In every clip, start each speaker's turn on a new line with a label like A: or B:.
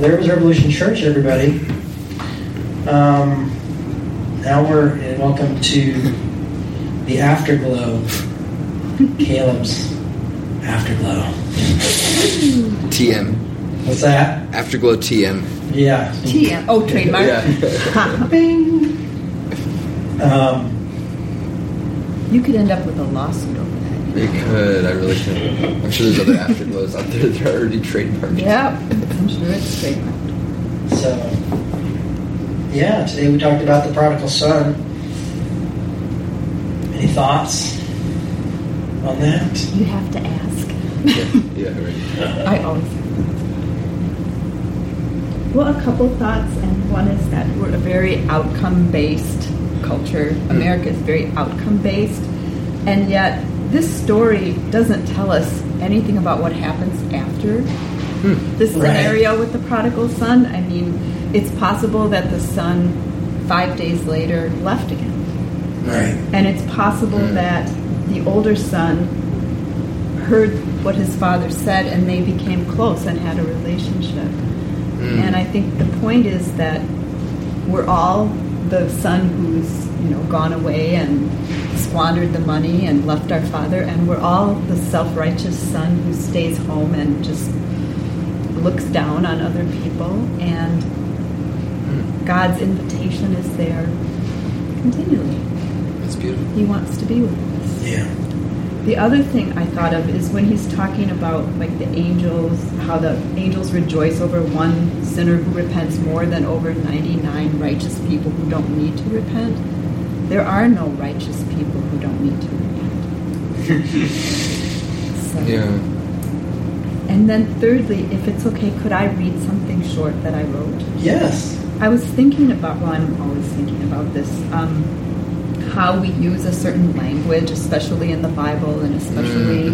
A: there was Revolution Church, everybody. Um, now we're and welcome to the afterglow. Caleb's afterglow.
B: TM.
A: What's that?
B: Afterglow TM.
A: Yeah.
C: TM. Oh, trademark.
A: Bing. Um,
C: You could end up with a lawsuit over that.
B: They could. I really could. I'm sure there's other afterglows out there that are already trademarked.
C: Yeah. I'm sure it's trademark.
A: so, yeah. Today we talked about the prodigal son. Any thoughts on that?
C: You have to ask.
B: Yeah, right.
C: I always.
D: Well, a couple thoughts, and one is that
C: We're a very outcome based culture. America is very outcome based. And yet, this story doesn't tell us anything about what happens after
B: Hmm.
C: this
A: Right.
C: scenario with the prodigal son. I mean, it's possible that the son, five days later, left again.
A: Right.
C: And it's possible
B: Mm.
C: that the older son heard what his father said and they became close and had a relationship.
B: Mm.
C: And I think the point is that we're all the son who's, you know, gone away and squandered the money and left our father and we're all the self-righteous son who stays home and just looks down on other people and God's invitation is there continually.
B: That's beautiful.
C: He wants to be with us.
A: Yeah.
C: The other thing I thought of is when he's talking about like the angels, how the angels rejoice over one sinner who repents more than over 99 righteous people who don't need to repent. There are no righteous people who don't need to repent. so,
B: Yeah.
C: And then thirdly, if it's okay, could I read something short that I wrote?
A: Yes.
C: I was thinking about, well, I'm always thinking about this, um, how we use a certain language, especially in the Bible and especially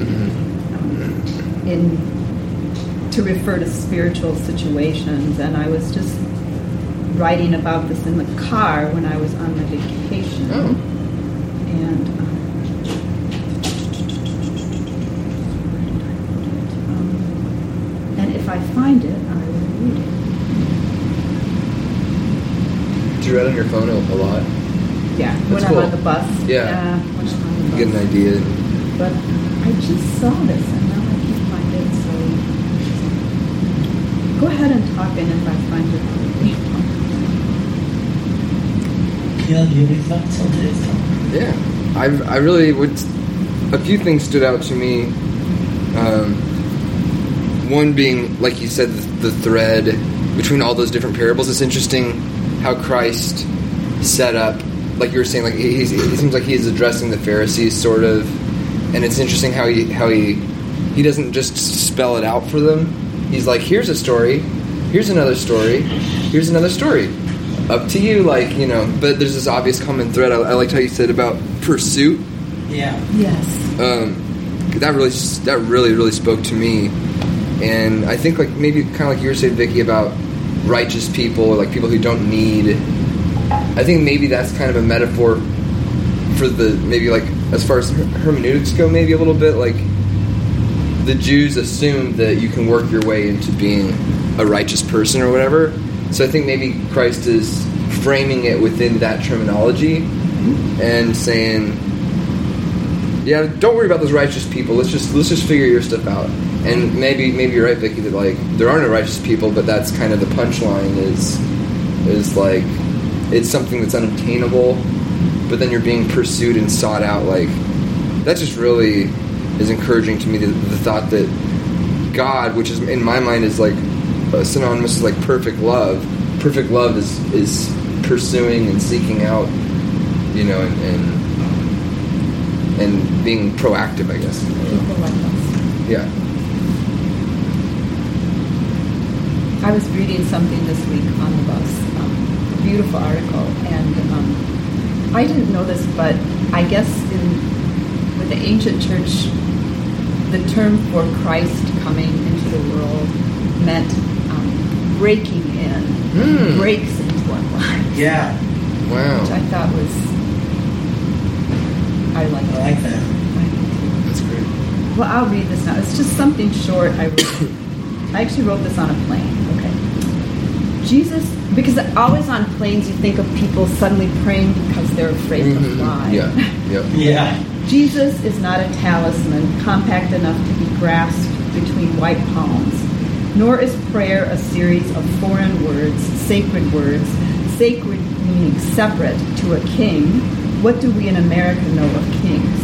C: um, in to refer to spiritual situations. And I was just writing about this in the car when I was on my vacation.
B: Oh.
C: And um, um, and if I find it, I will read it.
B: Do you write on your phone a, a lot?
C: Yeah, when
B: That's
C: I'm on
B: cool.
C: the bus.
B: Yeah.
C: when I'm on the
B: You get an
C: bus.
B: idea.
C: But I just saw this and now I can't find it, so go ahead and talk in if I find it.
A: Caleb, do you have any thoughts on today's topic?
B: Yeah, I I really would. A few things stood out to me. Um, one being, like you said, the thread between all those different parables. It's interesting how Christ set up, like you were saying, like he, he's, it seems like he's addressing the Pharisees, sort of, and it's interesting how he how he he doesn't just spell it out for them. He's like, here's a story, here's another story, here's another story. Up to you, like you know. But there's this obvious common thread. I, I liked how you said about pursuit
A: Yeah.
C: Yes.
B: um, that really that really really spoke to me and i think like maybe kind of like you were saying vicky about righteous people or like people who don't need i think maybe that's kind of a metaphor for the maybe like as far as her- hermeneutics go maybe a little bit like the jews assumed that you can work your way into being a righteous person or whatever so i think maybe christ is framing it within that terminology and saying yeah, don't worry about those righteous people. Let's just let's just figure your stuff out. And maybe maybe you're right, Vicky. That like there are no righteous people, but that's kind of the punchline is is like it's something that's unobtainable. But then you're being pursued and sought out. Like that just really is encouraging to me. The, the thought that God, which is in my mind, is like uh, synonymous with like perfect love. Perfect love is is pursuing and seeking out, you know, and. and and being proactive, I guess.
C: People like us.
B: Yeah.
C: I was reading something this week on the bus, um, a beautiful article, and um, I didn't know this, but I guess in, with the ancient church, the term for Christ coming into the world meant um, breaking in,
B: Hmm.
C: breaks into our lives,
A: Yeah.
C: which I
B: Wow.
C: thought was, I like
A: I
C: that.
A: like that.
B: That's great.
C: Well, I'll read this now. It's just something short. I wrote. I actually wrote this on a plane. Okay. Jesus, because always on planes you think of people suddenly praying because they're afraid to
B: Mhm.
C: fly.
B: Yeah, yeah.
A: Yeah.
C: Jesus is not a talisman compact enough to be grasped between white palms, nor is prayer a series of foreign words, sacred words, sacred meaning separate to a king. What do we in America know of kings?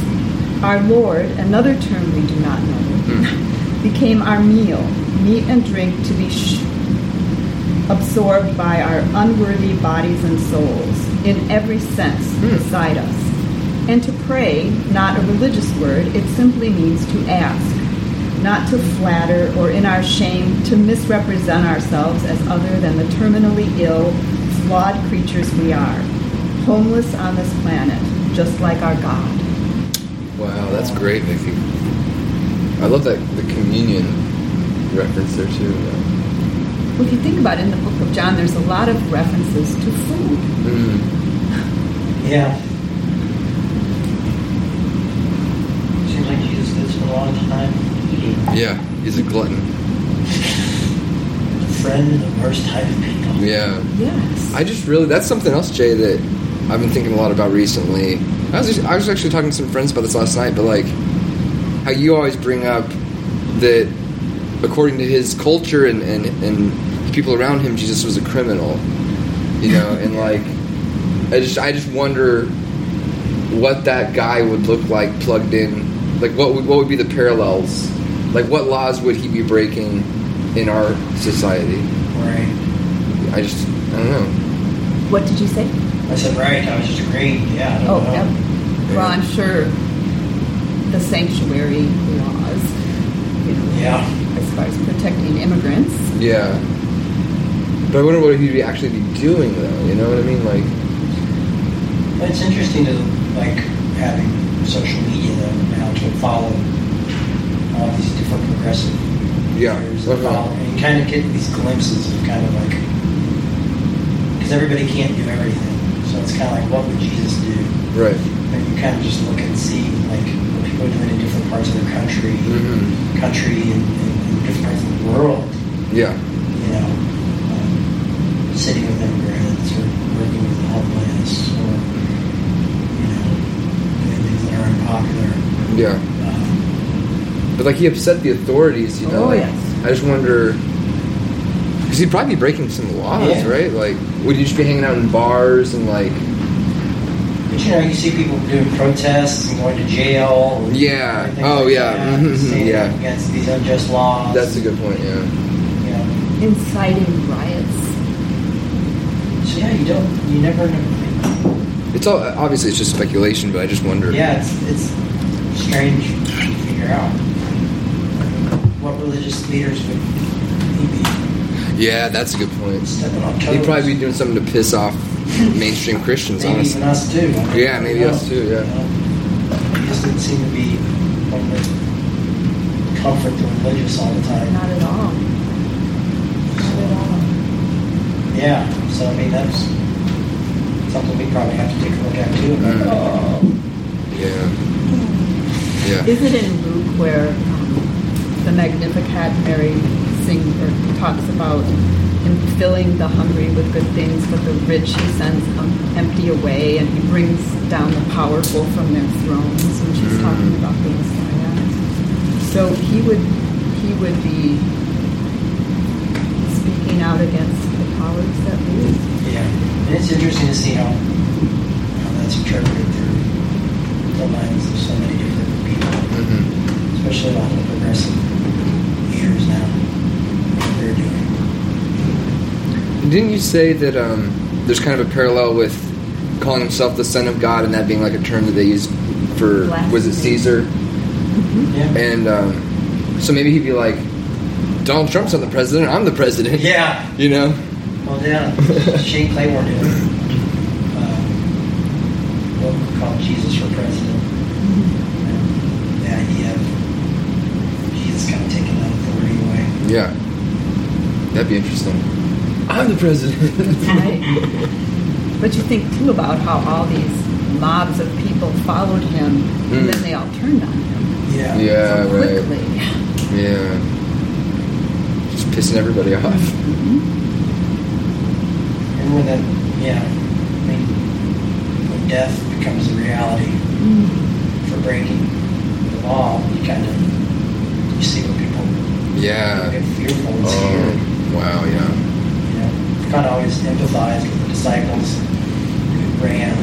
C: Our Lord, another term we do not
B: Hmm.
C: know,
B: Mm.
C: became our meal, meat and drink to be sh- absorbed by our unworthy bodies and souls in every sense beside us. And to pray, not a religious word, it simply means to ask, not to flatter or in our shame to misrepresent ourselves as other than the terminally ill, flawed creatures we are, homeless on this planet, just like our God.
B: Wow, that's great, Vicky. I love that the communion reference there too. yeah.
C: Well, if you think about it, in the book of John, there's a lot of references to food.
B: Mm.
A: Yeah. Seems like Jesus did spend a lot of time eating.
B: Yeah, he's a glutton.
A: The friend of the worst type of people.
B: Yeah.
C: Yes.
B: I just really that's something else, Jay, that I've been thinking a lot about recently. I was I was actually talking to some friends about this last night, but like how you always bring up that according to his culture and and, and people around him, Jesus was a criminal, you know, and like I just I just wonder what that guy would look like plugged in, like what would, what would be the parallels, like what laws would he be breaking in our society?
A: Right.
B: I just I don't know.
C: what did you say?
A: I said right. I was just agreeing. Yeah. I don't
C: Oh,
A: know.
C: yeah. Well, I'm sure the sanctuary laws, you know,
A: Yeah.
C: as far as protecting immigrants.
B: Yeah. But I wonder what he'd be actually be doing though. You know what I mean? Like,
A: But it's interesting to like having social media though, now to follow all these different progressive
B: Yeah.
A: leaders and
B: Uh-huh.
A: follow- and you kind of get these glimpses of kind of like because everybody can't do everything, so it's kind of like what would Jesus do?
B: right?
A: And you kind of just look and see like what people are doing in different parts of the country,
C: Mm-hmm.
B: hmm
A: country and, and, and different parts of the world.
B: Yeah.
A: you know, um, sitting with immigrants or working with the homeless or, you know, doing things that are unpopular.
B: Yeah.
A: Um,
B: But like he upset the authorities. You know.
C: Oh,
B: like,
C: yes.
B: I just wonder because he'd probably be breaking some laws,
A: Yeah.
B: right? Like, would you just be hanging out in bars and like?
A: but you know, you see people doing protests and going to jail. and
B: Yeah.
A: things
B: Oh,
A: like
B: yeah.
A: that,
B: Mhm,
A: standing
B: yeah.
A: up Against these unjust laws.
B: That's a good point. Yeah.
A: you know.
C: inciting riots.
A: So yeah, you don't, you never know.
B: It's all obviously it's just speculation, but I just wonder.
A: Yeah, it's it's strange to figure out what religious leaders would be
B: Yeah, that's a good point.
A: stepping on toes.
B: He'd probably be doing something to piss off mainstream Christians,
A: Maybe
B: honestly.
A: even us too.
B: Yeah, maybe us too, yeah.
A: It just didn't seem to be one that comfort the religious all the time.
C: Not at all.
A: Yeah, so I mean, that's something we probably have to take a look at too.
B: Mm.
A: Oh.
B: Yeah. Yeah.
C: Is it in Luke where um, the Magnificat Mary sings or talks about him filling the hungry with good things, but the rich he sends um, empty away, and he brings down the powerful from their thrones when she's
B: Mm.
C: talking about the Messiah. So he would he would be speaking out against the powers that be.
A: Yeah, and it's interesting to see how, how that's interpreted through the lens of so many different people,
B: hmm
A: especially a lot of the progressive leaders now, what they're doing.
B: Didn't you say that um, there's kind of a parallel with calling himself the Son of God and that being like a term that they use for was
C: Blasphemy.
B: it Caesar?
A: Yeah.
B: And um, so maybe he'd be like, Donald Trump's not the president. I'm the president.
A: Yeah.
B: You know.
A: Well, yeah, Shane Claymore did it. Um, what we call Jesus for President. And the idea of Jesus kind of taking that authority away.
B: Yeah. That'd be interesting. I'm the president.
C: Right. But you think too about how all these mobs of people followed him, and
B: Mm.
C: then they all turned on him.
A: Yeah.
B: yeah. Right.
C: quickly. Mm-hmm.
B: Yeah. Just pissing everybody off.
A: Ooh, and then, yeah, I mean, when death becomes a reality for breaking the law, you kind of you see what people
B: Yeah.
A: get fearful and scared.
B: Oh, wow. Yeah.
A: You know, I kind of always empathize with the disciples who ran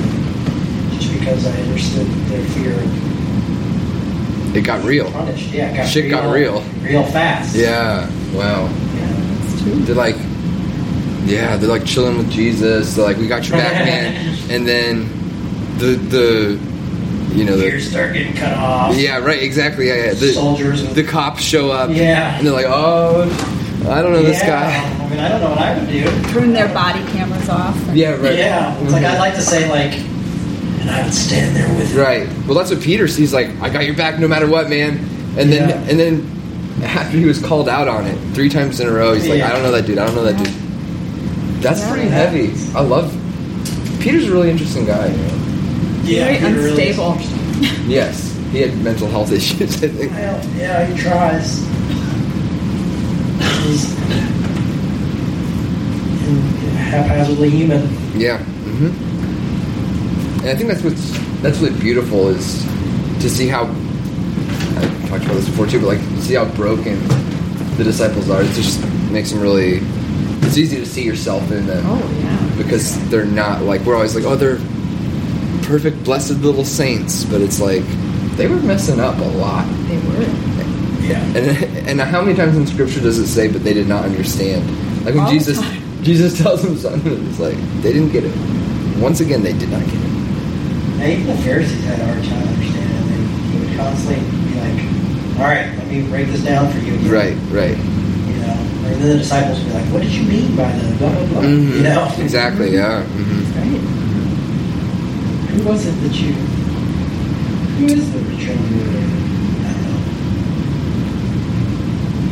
A: just because I understood their fear of
B: It got real.
A: punished. Yeah, it got
B: Shit
A: real,
B: got real.
A: real fast.
B: Yeah.
A: You
B: Wow.
A: know?
C: That's true.
B: They're like, yeah, they're like chilling with Jesus. They're like, we got your back, man. And then the the you know
A: ears
B: the
A: start getting cut off.
B: yeah right exactly yeah, yeah. the
A: soldiers.
B: the cops show up
A: Yeah.
B: and they're like, oh, I don't know this guy.
A: I mean, I don't know what I would do.
C: Turn their body cameras off. and-
B: Yeah. Right. Mm-hmm.
A: Yeah, it's like I'd like to say like, and I would stand there with him.
B: Right. Well, that's what Peter sees. Like, I got your back no matter what, man. And then,
A: Yeah.
B: and then, after he was called out on it three times in a row, he's like,
A: Yeah.
B: I don't know that dude. I don't know that dude. That's
C: Yeah.
B: pretty heavy. I love. Peter's a really interesting guy. you know?
A: Yeah,
C: Very
A: he really is
C: unstable.
A: interesting.
B: Yes, he had mental health issues. I think.
A: Well, yeah, he tries. He's haphazardly human.
B: Yeah. hmm And I think that's what's that's really beautiful is to see how I talked about this before too, but like to see how broken the disciples are. It just makes them really. It's easy to see yourself in them.
C: Oh yeah.
B: because they're not like we're always like oh they're perfect blessed little saints but it's like they were messing up a lot
C: They were.
A: Yeah.
B: and and how many times in scripture does it say but they did not understand like when
C: All the
B: jesus
C: time.
B: jesus tells him something it's like they didn't get it once again they did not get it
A: And even the Pharisees had a hard time understanding it. He would constantly be like, all right, let me break this down for you. again."
B: right right
A: You know, or then the disciples would be like, what did you mean by the blah, blah, blah?
B: Mhm.
A: You know?
B: exactly yeah hmm
A: Right. Who was it that you? Who is the return of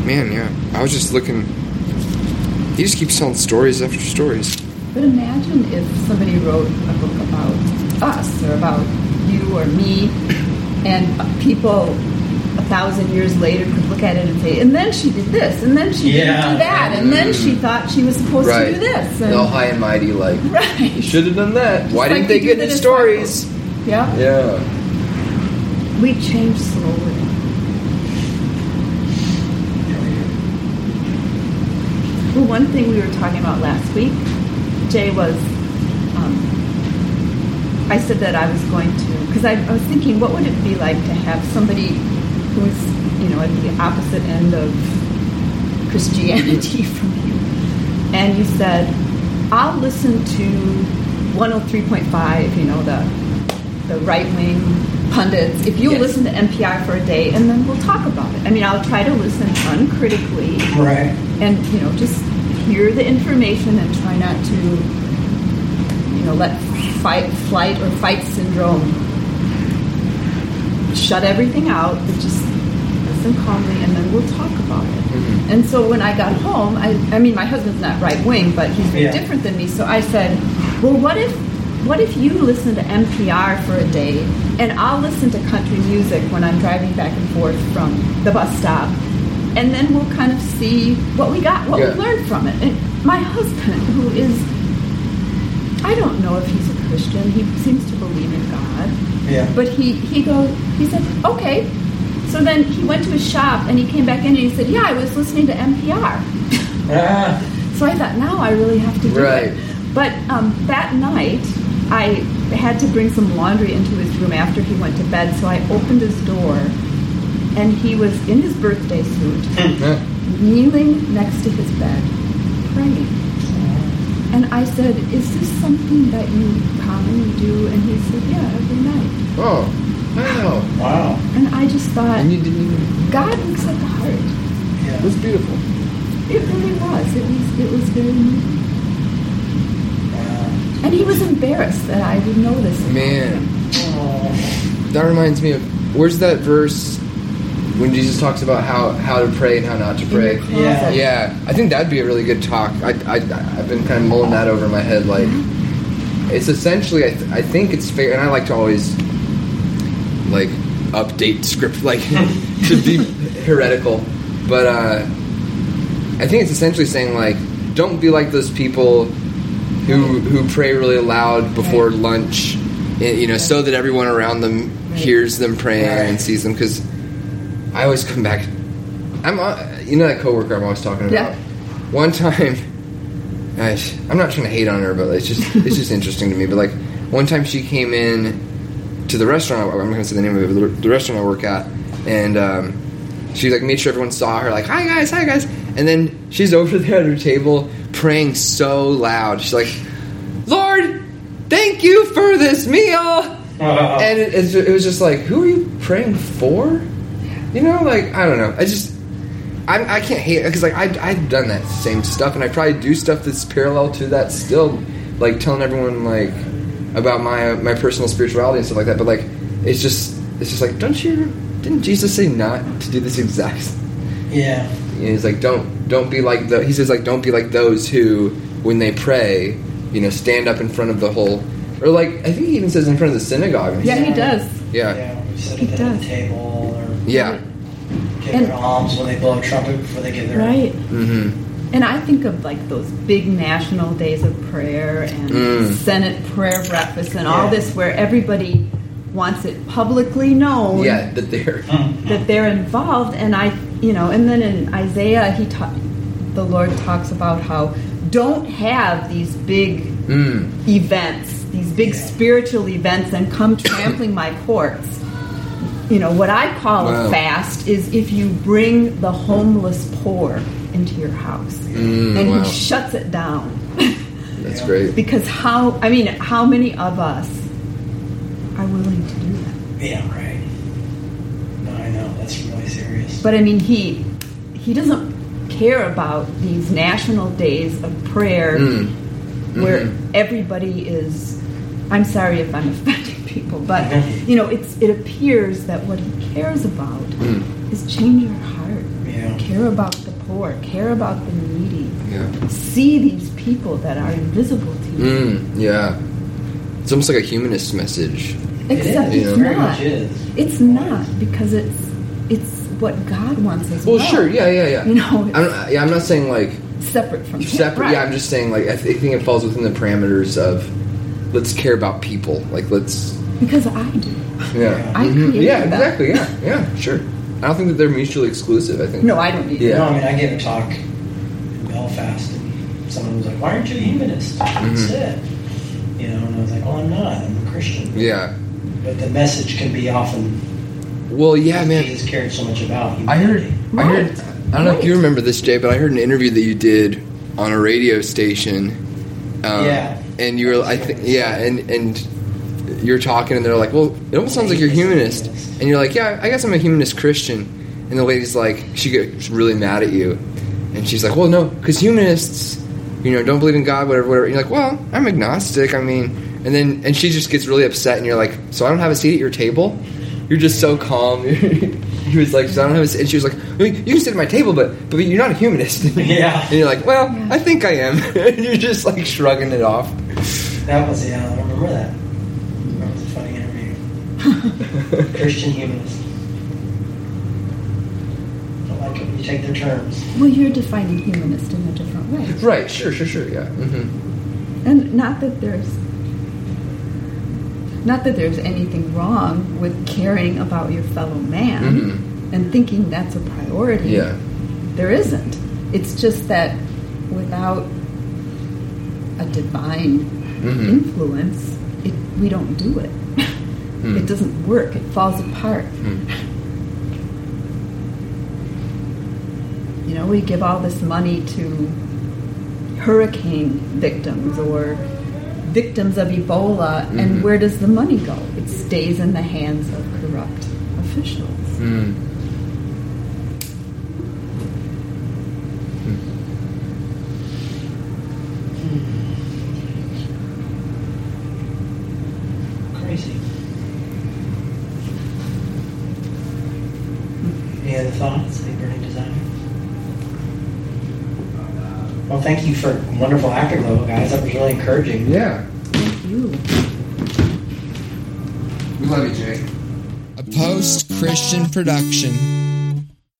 B: man yeah i was just looking he just keeps telling stories after stories
C: But imagine if somebody wrote a book about us or about you or me, and people a thousand years later could look at it and say, and then she did this, and then she
A: Yeah.
C: didn't do that, and then she thought she was supposed
B: right
C: to do this. And,
B: and all high and mighty like you
C: Right.
B: should have done that why
C: like
B: didn't they
C: they do
B: get
C: the
B: the stories
C: Yeah.
B: yeah
C: We change slowly.
A: the
C: Well, one thing we were talking about last week, Jay was, um, I said that I was going to, because I, I was thinking, what would it be like to have somebody who's, you know, at the opposite end of Christianity from you? And you said, I'll listen to 103.5, you know, the, the right wing pundits, if you'll
A: Yes.
C: listen to NPR for a day, and then we'll talk about it. I mean, I'll try to listen uncritically
A: Right.
C: and you know just hear the information and try not to you know let fight flight or fight syndrome shut everything out but just listen calmly and then we'll talk about it
B: Mhm.
C: and so when i got home i i mean my husband's not right wing but he's very
A: Yeah.
C: different than me so i said well what if what if you listen to npr for a day and i'll listen to country music when i'm driving back and forth from the bus stop and then we'll kind of see what we got what
B: Yeah.
C: we learned from it and my husband who is i don't know if he's a christian he seems to believe in god
A: Yeah.
C: but he, he goes, he said, okay. So then he went to his shop and he came back in and he said, yeah, I was listening to NPR.
A: Ah,
C: So I thought, now I really have to do
B: Right.
C: it. But um, that night, I had to bring some laundry into his room after he went to bed. So I opened his door and he was in his birthday suit,
B: Yeah.
C: kneeling next to his bed, praying. And I said, is this something that you commonly do? And he said, yeah, every night.
B: Oh, wow.
A: wow.
C: And I just thought,
B: And you didn't even.
C: God looks at the heart.
B: It
A: Yeah.
B: was beautiful.
C: It really was. It was. It was very. moving.
A: Wow.
C: And he was embarrassed that I would know this. about him.
B: Man,
A: Oh,
B: that reminds me of where's that verse when Jesus talks about how how to pray and how not to
C: In your
B: pray.
C: closet.
A: Yeah.
B: Yeah, I think that'd be a really good talk. I, I I've been kind of mulling that over in my head. Like,
A: Mm-hmm.
B: it's essentially I, th- I think it's fair, and I like to always like update script like to be heretical, but uh, I think it's essentially saying like don't be like those people who who pray really loud before lunch, and, you know, so that everyone around them
C: Right.
B: hears them praying
A: Right.
B: and sees them. Because I always come back. I'm uh, you know that coworker I'm always talking
C: Yeah.
B: about. One time, gosh, I'm not trying to hate on her, but it's just it's just interesting to me. But like one time she came in to the restaurant. I'm not gonna say the name of it, but the- the restaurant I work at, and um, she like made sure everyone saw her. Like hi guys, hi guys, and then she's over there at her table praying so loud. She's like, Lord, thank you for this meal
A: Uh,
B: and it, it's, it was just like, who are you praying for? You know, like I don't know. I just I, I can't hate because like I I've done that same stuff, and I probably do stuff that's parallel to that still, like telling everyone like about my my personal spirituality and stuff like that. But like it's just it's just like don't you didn't Jesus say not to do this exact
A: yeah.
B: and he's like, don't don't be like the. He says like, don't be like those who, when they pray, you know, stand up in front of the whole, or like I think he even says in front of the synagogue. And
C: Yeah,
B: he's-
C: he does.
B: yeah, yeah.
A: Yeah. we Sit
C: He
A: at the
C: does.
A: table or
B: yeah.
A: give
C: And-
A: their alms when they blow a trumpet before they give their
D: Right.
B: Mm-hmm.
C: And I think of like those big national days of prayer and
B: Mm.
C: Senate prayer breakfast and all
A: Yeah.
C: this where everybody wants it publicly known
B: Yeah, that they're.
A: Mm.
C: that they're involved. And I, you know, and then in Isaiah, he ta- the Lord talks about how don't have these big
B: Mm.
C: events, these big spiritual events, and come trampling my courts. You know, what I call
B: Wow.
C: a fast is if you bring the homeless poor into your house.
B: Mm,
C: and
B: wow.
C: he shuts it down.
B: That's great.
C: because how, I mean, how many of us are willing to do that?
A: Yeah, right. No, I know. That's really serious.
C: But I mean, he, he doesn't care about these national days of prayer
B: Mm.
C: where
B: Mhm.
C: everybody is i'm sorry if i'm offending people but you know it's it appears that what he cares about
B: Mm.
C: is change your heart
A: Yeah.
C: care about the poor care about the needy
B: Yeah.
C: see these people that are invisible to you
B: Mm. Yeah. It's almost like a humanist message.
C: except
A: it is.
B: you
C: it's
B: know.
A: very
C: not
A: much is.
C: it's not because it's it's what god wants us
B: Well, sure. Yeah, yeah, yeah.
C: you know
B: I'm,
C: it's
B: not- yeah, I'm not saying like
C: separate from
B: separate.
C: right.
B: Yeah, I'm just saying like I, th- I think it falls within the parameters of let's care about people. Like let's
C: because i do
B: yeah.
C: i
B: Mhm.
C: created
B: Yeah,
C: that.
B: exactly. Yeah, yeah, sure. I don't think that they're mutually exclusive. I think.
C: no i don't need
B: Yeah.
A: No, I mean, I gave a talk in Belfast, and someone was like, "Why aren't you a humanist?" That's it. You know, and I was like, "Well, I'm not. I'm a Christian."
B: Mm-hmm. Yeah.
A: But the message can be often
B: Well, yeah, man.
A: Jesus cared so much about.
B: I heard.
A: humanity.
B: I heard.
C: Right.
B: I don't know if you
C: Right.
B: remember this, Jay, but I heard an interview that you did on a radio station. Um,
A: Yeah.
B: And you were, I think, yeah, and and you're talking, and they're like, "Well, it almost sounds like you're humanist," and you're like, "Yeah, I guess I'm a humanist Christian," and the lady's like, she gets really mad at you, and she's like, "Well, no, because humanists, you know, don't believe in God, whatever, whatever." And you're like, "Well, I'm agnostic. I mean," and then and she just gets really upset, and you're like, "So I don't have a seat at your table? You're just so calm." he was like, "So I don't have," a seat. and she was like, I mean, "You can sit at my table, but but you're not a humanist."
A: Yeah.
B: And you're like, well,
C: Yeah.
B: I think I am. and you're just like shrugging it off.
A: That was yeah. I remember that. That was a funny interview. Christian humanist. I like it when you take their terms.
C: well you're defining humanist in a different way
B: right, sure, sure, sure, yeah. hmm
C: And not that there's not that there's anything wrong with caring about your fellow man
B: Mhm.
C: and thinking that's a priority.
B: Mm-hmm. Yeah.
C: There isn't. It's just that without a divine
B: Mhm.
C: influence, it, we don't do it. It doesn't work. It falls apart.
B: Hmm.
C: You know, we give all this money to hurricane victims or victims of Ebola,
B: Mhm.
C: and where does the money go? It stays in the hands of corrupt officials.
B: Mm.
A: Crazy. Any other thoughts? Any burning desire? Well, thank you for a wonderful afterglow, guys. That was really encouraging.
B: Yeah.
C: Thank you.
B: We love you, Jay. A post Christian production.